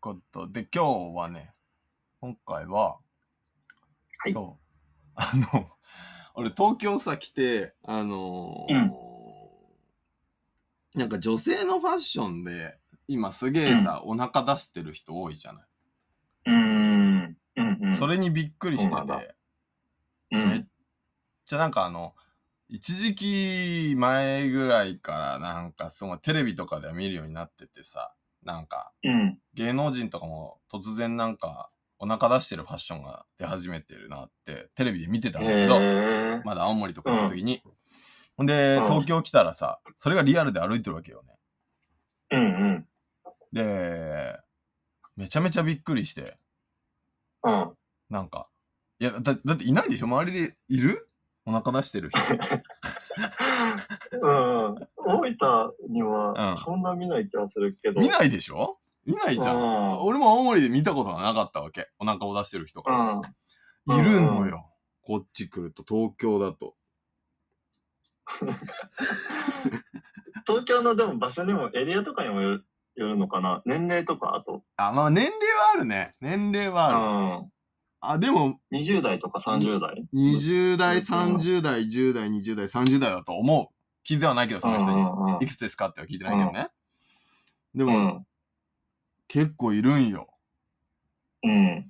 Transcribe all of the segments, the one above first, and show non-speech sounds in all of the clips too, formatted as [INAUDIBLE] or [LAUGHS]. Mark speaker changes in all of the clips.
Speaker 1: ことで、今日はね、今回は、
Speaker 2: はい
Speaker 1: そう、 [LAUGHS] あの、俺東京さ来て、あのーなんか女性のファッションで、今すげえさ、お腹出してる人多いじゃない。
Speaker 2: うーん。うんうん。
Speaker 1: それにびっくりして
Speaker 2: そうなんだ
Speaker 1: て、
Speaker 2: う
Speaker 1: めっ
Speaker 2: ん。
Speaker 1: じゃあなんかあの、一時期前ぐらいからなんかすごいテレビとかでは見るようになっててさ、なんか
Speaker 2: うん。
Speaker 1: 芸能人とかも突然なんかお腹出してるファッションが出始めてるなってテレビで見てたんだけど、
Speaker 2: へ
Speaker 1: まだ青森とか行った時に。ほんで、
Speaker 2: うん
Speaker 1: 東京来たらさ、それがリアルで歩いてるわけよね。
Speaker 2: え。うん
Speaker 1: で、めちゃめちゃびっくりして、
Speaker 2: うん。うん。
Speaker 1: なんか、いや、だだっていないでしょ周りでいるお腹出してる人。
Speaker 2: [LAUGHS] うん、大分に
Speaker 1: うん
Speaker 2: はそんな見ない気がするけど。
Speaker 1: 見ないでしょ見ないじゃん。
Speaker 2: うん
Speaker 1: 俺も青森で見たことがなかったわけ。お腹を出してる人
Speaker 2: う
Speaker 1: が。
Speaker 2: ん。
Speaker 1: いるのよ。こっち来ると、東京だと。
Speaker 2: 東京のでも場所でもエリアとかにもよるよるのかな年齢とかあと。
Speaker 1: あ、まあ年齢はあるね。年齢はある。
Speaker 2: う
Speaker 1: あ、でも、
Speaker 2: ん。20代とか30代。
Speaker 1: 20代、
Speaker 2: うん
Speaker 1: 30代、10代、20代、30代だと思う。聞いてはないけど、その人
Speaker 2: う
Speaker 1: に。
Speaker 2: んうんうん
Speaker 1: いくつですかっては聞いてないけどね。で
Speaker 2: う
Speaker 1: も、
Speaker 2: ん。
Speaker 1: 結構いるんよ。
Speaker 2: うん。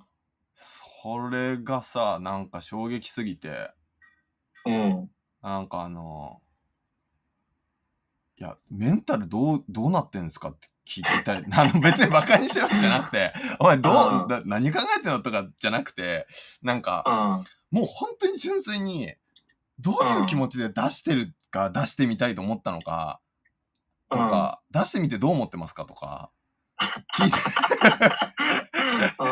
Speaker 1: それがさ、なんか衝撃すぎて、
Speaker 2: うん。
Speaker 1: なんかあの、いや、メンタルどう、どうなってんすかって聞きたい。 [LAUGHS] あの、別に馬鹿にしてるわけじゃなくて、お前どう
Speaker 2: う、ん
Speaker 1: だ何考えてんのとかじゃなくて、なんか、
Speaker 2: うん。
Speaker 1: もう本当に純粋に、どういう気持ちで出してるか、出してみたいと思ったのか、とか、出してみてどう思ってますかとか、聞いて、
Speaker 2: うん。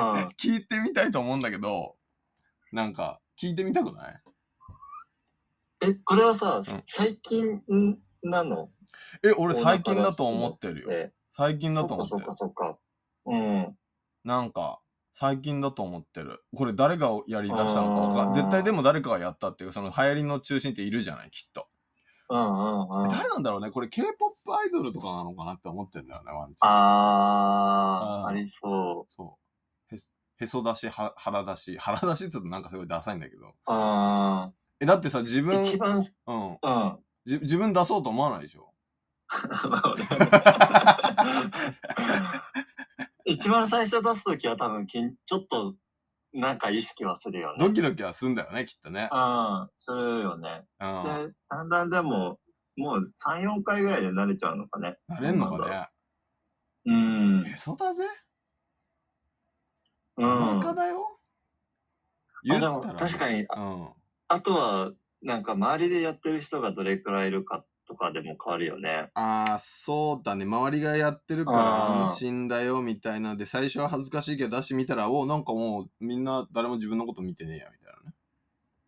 Speaker 1: 聞いてみたいと思うんだけど、なんか、聞いてみたくない
Speaker 2: え、これはさ
Speaker 1: うん、
Speaker 2: 最近なの
Speaker 1: え、俺最近だと思ってるよ。
Speaker 2: え、
Speaker 1: 最近だ
Speaker 2: そっ
Speaker 1: と思
Speaker 2: か
Speaker 1: って
Speaker 2: そ
Speaker 1: る
Speaker 2: っか。そっか。うん。
Speaker 1: なんか、最近だと思ってる。これ誰がやりだしたのかわか
Speaker 2: あ
Speaker 1: ん
Speaker 2: ー
Speaker 1: 絶対でも誰かがやったっていう、その流行りの中心っているじゃない、きっと。
Speaker 2: うんうんうん。
Speaker 1: 誰なんだろうねこれ K-POP アイドルとかなのかなって思ってんだよね、ワンチャン。
Speaker 2: あ
Speaker 1: うん
Speaker 2: ー、ありそ
Speaker 1: そう。へへそ出し、は腹出し。 [LAUGHS] 腹出しって言うとなんかすごいダサいんだけど。
Speaker 2: う。うん。
Speaker 1: え、だってさ、自分、
Speaker 2: 一番、
Speaker 1: うん。
Speaker 2: うん。 [LAUGHS]
Speaker 1: じ自分出そうと思わないでしょ [LAUGHS]
Speaker 2: 一番最初出すときは多分きん、ちょっと、なんか意識はするよね。
Speaker 1: ドキドキはすんだよね、きっとね。
Speaker 2: うん、するよね。
Speaker 1: う
Speaker 2: で
Speaker 1: ん。、
Speaker 2: だんだんでも、もう3、4回ぐらいで慣れちゃうのかね。
Speaker 1: なれんのか
Speaker 2: な
Speaker 1: ね
Speaker 2: うん。
Speaker 1: へそだぜ
Speaker 2: う
Speaker 1: お
Speaker 2: ん。
Speaker 1: 腹だよ言
Speaker 2: あ
Speaker 1: っ
Speaker 2: で
Speaker 1: たら
Speaker 2: も確かに、あ
Speaker 1: うん。
Speaker 2: あとは、なんか周りでやってる人がどれくらいいるかとかでも変わるよね。
Speaker 1: ああ、そうだね。周りがやってるから
Speaker 2: あー
Speaker 1: 安心だよ、みたいな。で、最初は恥ずかしいけど出してみたら、おなんかもうみんな誰も自分のこと見てねえや、みたい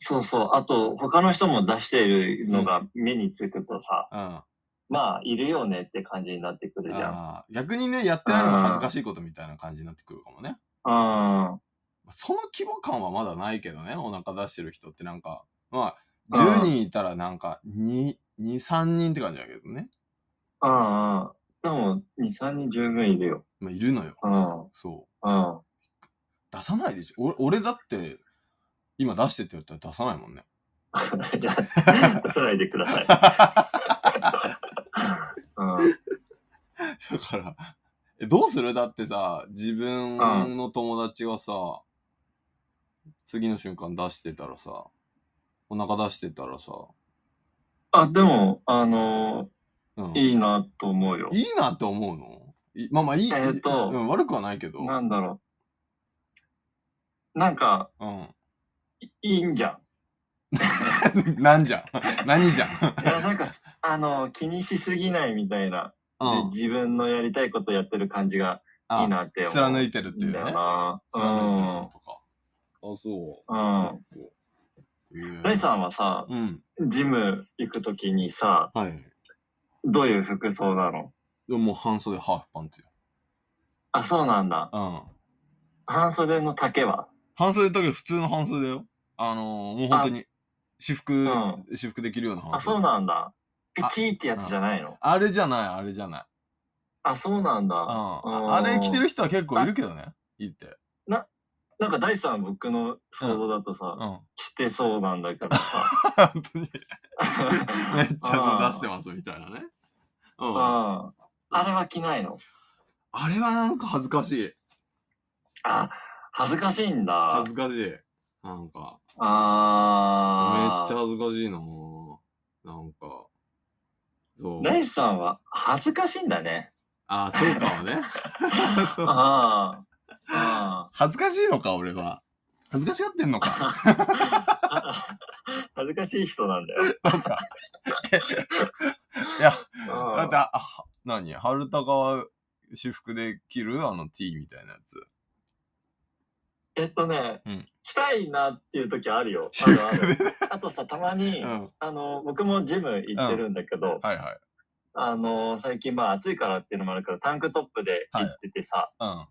Speaker 2: そうそう。あと、他の人も出しているのが目につくとさ、
Speaker 1: なね。
Speaker 2: まあ、いるよねって感じになってく
Speaker 1: う
Speaker 2: る
Speaker 1: ん。
Speaker 2: じゃ
Speaker 1: あー逆にね、やってないのが恥ずかしいことみたいな感じになってくるかもね。
Speaker 2: ん。うん。
Speaker 1: その規模感はまだないけどね、お腹出してる人ってなんか、まあ、10人いたらなんか2、2、3人って感じだけどね。
Speaker 2: うんうん。でも、2、3人十分いるよ。
Speaker 1: まあ、いるのよ。
Speaker 2: うん。
Speaker 1: そう。
Speaker 2: うん。
Speaker 1: 出さないでしょ俺俺だって今出してって言ったら出さないもんね [LAUGHS]
Speaker 2: じゃあ、出さないでください。うん。
Speaker 1: だからえどうするだってさ自分の友達がさ、次の瞬間出してたらさお腹出してたらさ、
Speaker 2: あ、でも、あの
Speaker 1: うん、
Speaker 2: ーいいなと思うよ。
Speaker 1: いいなって思うのいまあまあいい、
Speaker 2: えーと
Speaker 1: うん、悪くはないけど、
Speaker 2: なんだろう。なんか、
Speaker 1: うん、
Speaker 2: いいいんじゃん。
Speaker 1: なん [LAUGHS] じゃん何じゃん、
Speaker 2: [LAUGHS] いや、なんか、あのー気にしすぎないみたいな。
Speaker 1: う
Speaker 2: で
Speaker 1: ん、
Speaker 2: 自分のやりたいことやってる感じがいい
Speaker 1: あ
Speaker 2: なって思う。
Speaker 1: 貫いてるって
Speaker 2: いい
Speaker 1: いうんね
Speaker 2: だよな。
Speaker 1: 貫いてるのとかあそ
Speaker 2: うん。うん。
Speaker 1: う、えー
Speaker 2: 大さんはさ、
Speaker 1: うん
Speaker 2: ジム行くときにさ、
Speaker 1: はい
Speaker 2: どういう服装なの
Speaker 1: でももう半袖ハーフパンツよ。
Speaker 2: あ、そうなんだ。
Speaker 1: うん。
Speaker 2: 半袖の丈は
Speaker 1: 半袖だけど普通の半袖だよ。あのー、もう本当に、私服、
Speaker 2: うん
Speaker 1: 私服できるような
Speaker 2: あ、
Speaker 1: 半
Speaker 2: そう
Speaker 1: 袖。
Speaker 2: なんだ。ピチーってやつじゃないの
Speaker 1: あれじゃない、あれじゃない。
Speaker 2: あ、そうなんだ。
Speaker 1: ああれ着てる人は結構いるけどね。いて。
Speaker 2: なんか第三僕の想像だと
Speaker 1: う
Speaker 2: さ
Speaker 1: ん。、 [LAUGHS] 本
Speaker 2: 着てそうなんだけどさ。
Speaker 1: 当に。 [LAUGHS] めっちゃの出してますみたいなね。うん。あ
Speaker 2: ああれは着ないの
Speaker 1: れはなんか恥ずかしい。
Speaker 2: あ、恥ずかしいんだ
Speaker 1: 恥。ずかしい。なんか、めっ
Speaker 2: あ
Speaker 1: ちゃ
Speaker 2: ゃ。
Speaker 1: 恥ずかしいなぁなんか、そう。
Speaker 2: レイさんは恥ずかしいんだね。
Speaker 1: ああ、そうかも
Speaker 2: [LAUGHS]
Speaker 1: ね。 [LAUGHS] そう
Speaker 2: あーあ
Speaker 1: 恥ずかしいのか、俺は。恥ずかしがってんのか。
Speaker 2: ー。 [LAUGHS] 恥ずかしい人なんだよ。
Speaker 1: なんか。いや、
Speaker 2: うん
Speaker 1: だって、あ、は何春高は私服で着るあの T みたいなやつ。
Speaker 2: えっとね、
Speaker 1: うん
Speaker 2: 着たいなっていう時あ
Speaker 1: [LAUGHS]
Speaker 2: るよ。あるある。あとさ、たまに、
Speaker 1: うん。
Speaker 2: あの、僕もジム行ってるんだけど、
Speaker 1: はいはい。
Speaker 2: あの、最近まあ暑いからっていうのもあるから、タンクトップで行っててさ、
Speaker 1: うん。あ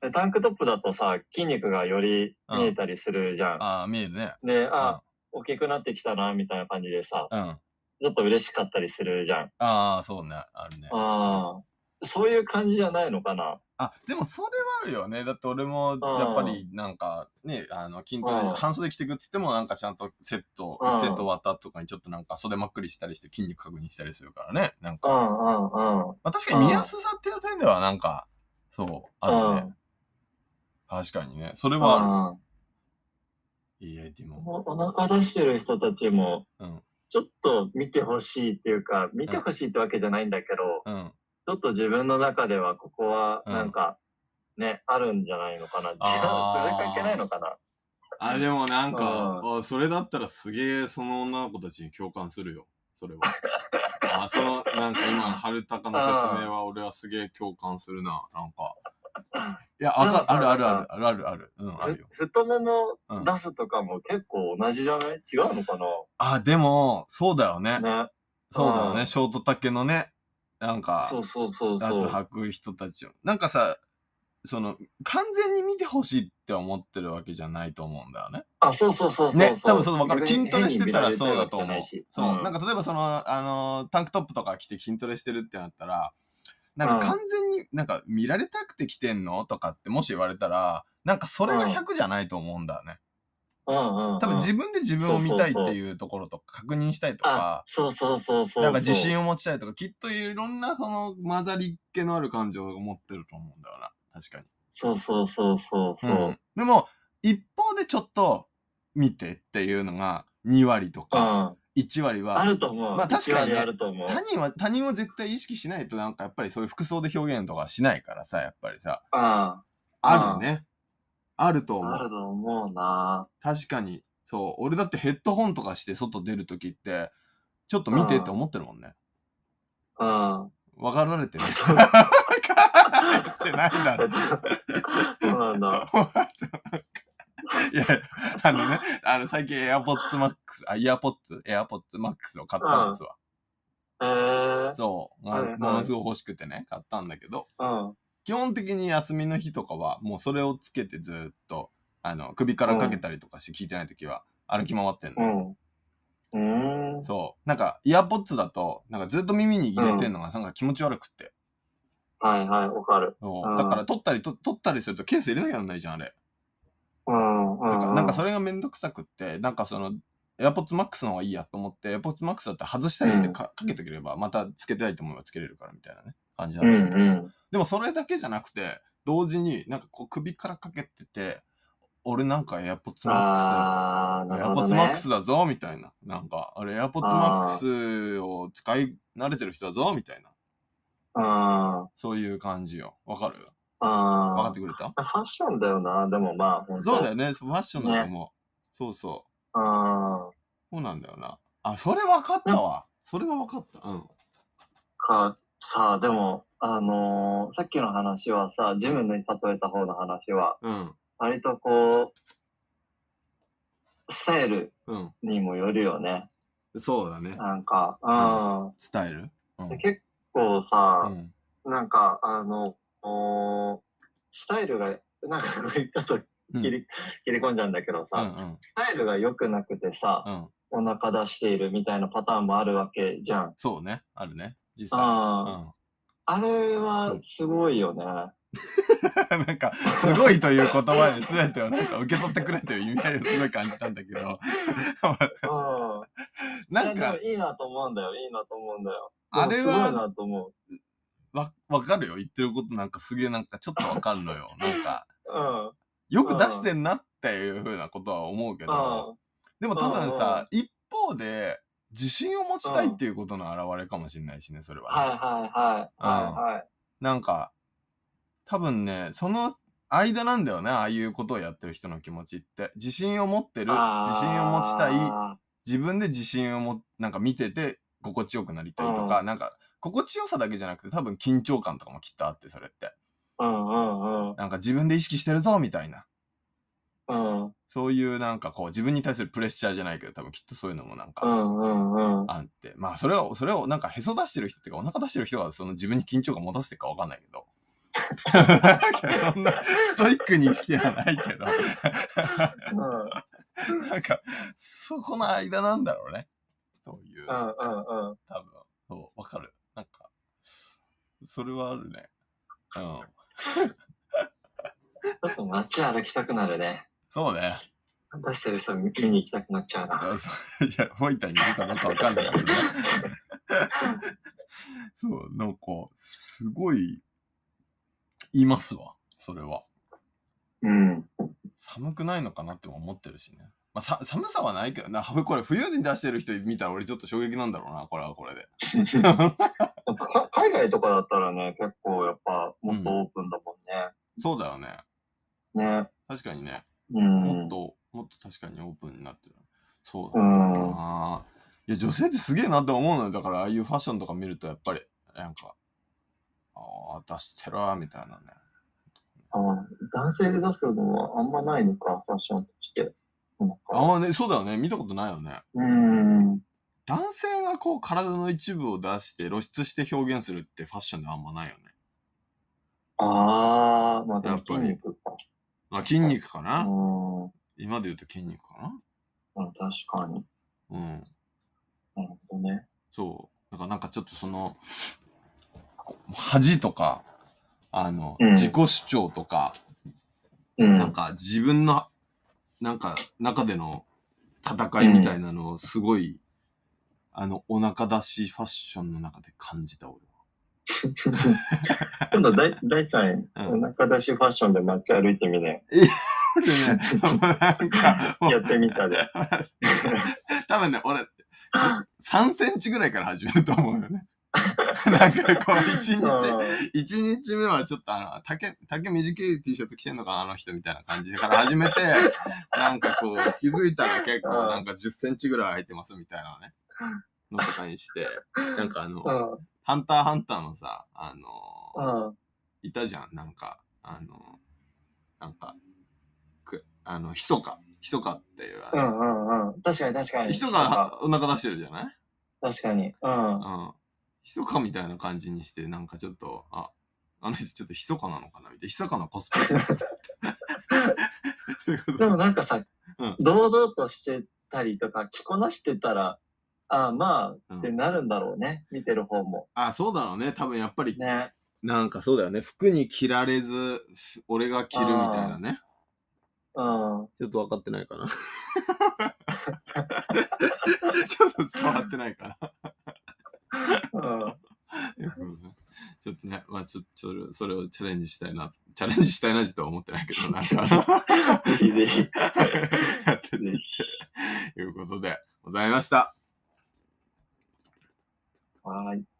Speaker 2: でタンクトップだとさ、筋肉がより見えたりするじゃん。
Speaker 1: あー、見えるね。
Speaker 2: で、あ、大きくなってきたな、みたいな感じでさ、
Speaker 1: うん。あ
Speaker 2: ちょっと嬉しかったりするじゃん。
Speaker 1: あー、そうね。あるね。
Speaker 2: ああ、そういう感じじゃないのかな。
Speaker 1: あ、でもそれはあるよね。だって俺も、やっぱりなんかね、あの、筋ト
Speaker 2: うん
Speaker 1: レ、半袖着てくっつってもなんかちゃんとセット、
Speaker 2: うん
Speaker 1: セット終わった後とかにちょっとなんか袖まっくりしたりして筋肉確認したりするからね。なん
Speaker 2: う
Speaker 1: か、
Speaker 2: んうんうん。
Speaker 1: まあ確かに見やすさっていう点ではなんか、そう、あるね。確かにね。それ
Speaker 2: うん。
Speaker 1: はある。いいえ、でも。
Speaker 2: おお腹出してる人たちも、
Speaker 1: うん
Speaker 2: ちょっと見てほしいっていうか、見てほしいってわけじゃないんだけど、
Speaker 1: うん。
Speaker 2: ちょっと自分の中ではここはなんか、ね、あるんじゃないのかな。違う、それ
Speaker 1: あー
Speaker 2: 関係ないのかな。
Speaker 1: あ、でもなんか、
Speaker 2: う
Speaker 1: あそれだったらすげえその女の子たちに共感するよ。それは。 [LAUGHS] あ、その、なんか今の春高の説明は俺はすげえ共感するな。なん
Speaker 2: [LAUGHS]
Speaker 1: か。いや、あ
Speaker 2: なんか
Speaker 1: か
Speaker 2: さ
Speaker 1: あるあるある、あるあるある。うん、あるよ。
Speaker 2: ふ太もも
Speaker 1: うん
Speaker 2: 出すとかも結構同じじゃない違うのか
Speaker 1: あ、でも、そうだよね。
Speaker 2: なね。
Speaker 1: そうだよ
Speaker 2: うん
Speaker 1: ね。ショート丈のね、なんか、
Speaker 2: そうそうそう
Speaker 1: やつ
Speaker 2: そう。
Speaker 1: 履く人たちを。なんかさ、その、完全に見てほしいって思ってるわけじゃないと思うんだよね。
Speaker 2: あ、そうそうそうそう。
Speaker 1: ね、多分そうわかる。
Speaker 2: 逆
Speaker 1: 筋
Speaker 2: に
Speaker 1: トレしてたらそうだと
Speaker 2: 変に見られたいわけじゃな
Speaker 1: 思うそう、
Speaker 2: いし。ん
Speaker 1: なんか例えばその、あのータンクトップとか着て筋トレしてるってなったら、なんか
Speaker 2: うん
Speaker 1: 完全になんか見られたくて着てんのとかってもし言われたら、なんかそれが
Speaker 2: うん
Speaker 1: 100じゃないと思うんだよね。
Speaker 2: うんうん。
Speaker 1: 多分自
Speaker 2: 分
Speaker 1: 分で自分を見たいっていうところとか確認したいと
Speaker 2: あ
Speaker 1: か、、
Speaker 2: そうそうそうそう。
Speaker 1: なんか自信
Speaker 2: を。
Speaker 1: を持ちたいとか、きっといろんなその混ざりっ気のある感情を持ってると思うんだよな。確かに。
Speaker 2: そうそうそうそうそう。
Speaker 1: うんでも、一方でちょっと見てっていうのが2割と
Speaker 2: う
Speaker 1: か、
Speaker 2: ん
Speaker 1: 1割は、
Speaker 2: あると思う。
Speaker 1: まあ確かにね
Speaker 2: 一割あると思う。
Speaker 1: 他人は、他人は絶対意識しないと、なんかやっぱりそういう服装で表現とかしないからさ、やっぱりさ。
Speaker 2: あ
Speaker 1: あるね。あると
Speaker 2: あ、
Speaker 1: 思
Speaker 2: ある
Speaker 1: う。
Speaker 2: と思うな。
Speaker 1: 確かに。そう。俺だってヘッドホンとかして外出るときって、ちょっと見てって思ってるもんね。
Speaker 2: うん。
Speaker 1: わかられ
Speaker 2: [LAUGHS]
Speaker 1: てる。わかられてないだ
Speaker 2: え
Speaker 1: ろ。
Speaker 2: っ
Speaker 1: [LAUGHS]
Speaker 2: と [LAUGHS] そうなんだ。
Speaker 1: いや、あのね、あの最近 AirPods Max、あ、EarPods、AirPods Max を買ったんですわ。
Speaker 2: えー、
Speaker 1: そう。も
Speaker 2: はいうはい
Speaker 1: ものすごい欲しくてね、買ったんだけど、
Speaker 2: うん。
Speaker 1: 基本的に休みの日とかはもうそれをつけてずーっとあの首からかけたりとかして聞いてない時は歩き回ってん
Speaker 2: う
Speaker 1: の、
Speaker 2: ん。うーん。
Speaker 1: そうなんかイヤーポッツだとなんかずっと耳に入れてんのがなんか気持ち悪くって、
Speaker 2: はいはい、わかる。
Speaker 1: そう
Speaker 2: うん
Speaker 1: だから取ったりと取ったりするとケース入れなきゃならないじゃんあれ
Speaker 2: うん。うん
Speaker 1: だからなんかそ
Speaker 2: れ、
Speaker 1: れがめんどくさくってなんかそのエアポッツマックスの方がいいやと思ってエアポッツマックスだったら外したりしてか,、けてくればまたつけたいと思えばつけれるからみたいなね感じな
Speaker 2: うん
Speaker 1: だけど
Speaker 2: ん
Speaker 1: でもそれだけじゃなくて、同時になんかこう首からかけてて、俺なんか AirPods
Speaker 2: うん。
Speaker 1: Max、
Speaker 2: あー、なるほど、
Speaker 1: AirPods
Speaker 2: ね。
Speaker 1: Max だぞみたいな。なんか、あれ AirPods
Speaker 2: あ
Speaker 1: Max を使い慣れてる人だぞみたいな。
Speaker 2: うん。
Speaker 1: そういう感じよ。わかる
Speaker 2: うん。
Speaker 1: わかってくれた
Speaker 2: ファッションだよな、でもまあ、本当
Speaker 1: そうだ
Speaker 2: よ。
Speaker 1: よね。ファッションだと思う。そうそう。
Speaker 2: うん。
Speaker 1: そうなんだよな。あ、それわかったわ。それはわかった。うん。
Speaker 2: か、さあ、でも、あのーさっきの話はさ、ジムに例えた方の話は、
Speaker 1: うん。
Speaker 2: 割とこう、スタイル
Speaker 1: うん。
Speaker 2: にもよるよね。
Speaker 1: そうだね。
Speaker 2: なんか、うん。
Speaker 1: スタイルうん
Speaker 2: で。結構さ
Speaker 1: う、ん
Speaker 2: なんか、あの、おースタイルが、なんか、ちょっと
Speaker 1: うん。
Speaker 2: 切り,、切り込んじゃうんだけど
Speaker 1: う
Speaker 2: さ、
Speaker 1: んうん。
Speaker 2: スタイルが良くなくてさ、
Speaker 1: うん。
Speaker 2: お腹出しているみたいなパターンもあるわけじゃん。
Speaker 1: そうね。あるね。実際。う
Speaker 2: あ
Speaker 1: ん。
Speaker 2: ーあれはすごいよね。
Speaker 1: [LAUGHS] なんか、すごいという言葉で全てをなんか受け取ってくれという意味合いをすごい感じたんだけ [LAUGHS] ど、
Speaker 2: うん。
Speaker 1: なん
Speaker 2: いや
Speaker 1: か
Speaker 2: で、もいいなと思うんだよ。いいなと思うんだよ。
Speaker 1: あれは
Speaker 2: でもすごいなと思う。
Speaker 1: わ、わかるよ。言ってることなんかすげえなんかちょっとわかるのよ。なんか、
Speaker 2: うん。
Speaker 1: よく出してんなっていうふうなことは思うけど、でも多分さ、一方で、自信を持ちたいっていうことの表れかもしれないしね、それはね、
Speaker 2: はいはいはい。はいはい。
Speaker 1: なんか、多分ね、その間なんだよね、ああいうことをやってる人の気持ちって。自信を持ってる、自信を持ちたい、
Speaker 2: あ
Speaker 1: 自分で自信をも、なんか見てて、心地よくなりたいとか、
Speaker 2: う
Speaker 1: なんか、心地よさだけじゃなくて、多分緊張感とかもきっとあって、それって。
Speaker 2: ーうんうんうん。
Speaker 1: なんか自分で意識してるぞ、みたいな。
Speaker 2: うん
Speaker 1: そういうなんかこう、自分に対するプレッシャーじゃないけど、多分きっとそういうのもなん
Speaker 2: う
Speaker 1: か、
Speaker 2: んうんうん。
Speaker 1: あって。まあ、それを、それをなんかへそ出してる人っていうか、お腹出してる人がその自分に緊張感持たせてるかわかんないけど。 [LAUGHS] そんな、ストイックに意識はないけど。
Speaker 2: うんうんうん
Speaker 1: なんか、そこの間なんだろうね。そういう、多
Speaker 2: うん。
Speaker 1: 分。そう、わかる。なんか、それはあるね。うん。
Speaker 2: ちょっと街歩きたくなるね。
Speaker 1: そうね。 [LAUGHS]
Speaker 2: 出してる人見に行きたくなっちゃう
Speaker 1: い
Speaker 2: な。
Speaker 1: や、そういや、ホイタにいるかどうかわかんないけどね。そう、なんか、すごい、いますわ。それは。
Speaker 2: うん。
Speaker 1: 寒くないのかなっても思ってるしね。まあ、さ寒さはないけどな、これ冬に出してる人見たら俺ちょっと衝撃なんだろうな、これはこれで。
Speaker 2: か海外とかだったらね、結構やっぱもっとオープンだも
Speaker 1: そうだよね。
Speaker 2: んね。ね。
Speaker 1: 確かにね。
Speaker 2: うん。
Speaker 1: もっと、もっと確かにオープンになってる。そう
Speaker 2: う
Speaker 1: だ
Speaker 2: ん。
Speaker 1: な。いや、女性ってすげえなって思うのよ。だから、ああいうファッションとか見ると、やっぱり、なんか、ああ、出してるわ、みたいなね。
Speaker 2: あ男性で出すのはあんまないのか、ファッションとして。なんか
Speaker 1: ああね、そうだよね。見たことないよね。
Speaker 2: うん。
Speaker 1: 男性がこう、体の一部を出して露出して表現するってファッションであんまないよね。
Speaker 2: ああ、まあで
Speaker 1: や
Speaker 2: も
Speaker 1: っぱ
Speaker 2: 筋
Speaker 1: り
Speaker 2: 肉か。
Speaker 1: まあ、筋肉か
Speaker 2: う
Speaker 1: な、
Speaker 2: ん。うん
Speaker 1: 今で言うと筋肉か
Speaker 2: 確かに。
Speaker 1: なうん。
Speaker 2: なるほどね。
Speaker 1: そう。だからなんかちょっとその、恥とか、あの、
Speaker 2: うん
Speaker 1: 自己主張とか、
Speaker 2: うん。
Speaker 1: なんか自分の、なんか中での戦いみたいなのをすごい、あの、お腹出しファッションの中で感じた俺は。
Speaker 2: [LAUGHS] 今度大、大ちゃん、
Speaker 1: うん
Speaker 2: お腹出しファッションで街歩いてみね。
Speaker 1: でね、 [LAUGHS] なんか、も
Speaker 2: や
Speaker 1: う
Speaker 2: ってみたで。
Speaker 1: [LAUGHS] 多分ね、俺、3センチぐらいから始めると思うよね。 [LAUGHS] なんかこう、1日、一日目はちょっとあの、竹、竹短い T シャツ着てんのかな、あの人みたいな感じから始
Speaker 2: [LAUGHS]
Speaker 1: めて、なんかこう、気づいたら結構なんか10センチぐらい空いてますみたいなね、のとかにして、なんかあの
Speaker 2: う、ん。うん
Speaker 1: ハンターハンターのさ、あのー、
Speaker 2: うん。
Speaker 1: いたじゃん、なんか、あのー、なんか、く、あの、ひそか、ひそかっていう、あ
Speaker 2: う
Speaker 1: の
Speaker 2: んうんうん。確かに確かに。
Speaker 1: ひそかお腹出してるじゃない
Speaker 2: 確かに。うん。
Speaker 1: うん。ひそかみたいな感じにして、なんかちょっと、あ、あの人ちょっとひそかなのかなみたいな。ひそかなコスプレじゃなくて。そういうこと
Speaker 2: でもなんかさ、
Speaker 1: うん
Speaker 2: 堂々としてたりとか、着こなしてたら、ああ、まあ、
Speaker 1: うん
Speaker 2: ってなるんだろうね。見てる方も。
Speaker 1: あ、そうだろうね。多分やっぱり、
Speaker 2: ね。
Speaker 1: なんかそうだよね。服に着られず、ふ俺が着るみたいなね。
Speaker 2: うん。
Speaker 1: ちょっと分かってないか [LAUGHS] な。ちょっと伝わってないか [LAUGHS] な。
Speaker 2: うん。
Speaker 1: ちょっとね、まあちょっと、それをチャレンジしたいな。チャレンジしたいなとは思ってないけど、なん [LAUGHS] か。
Speaker 2: [LAUGHS] ぜひぜ [LAUGHS] ひ。
Speaker 1: やってみて。ということでございました。
Speaker 2: はーい。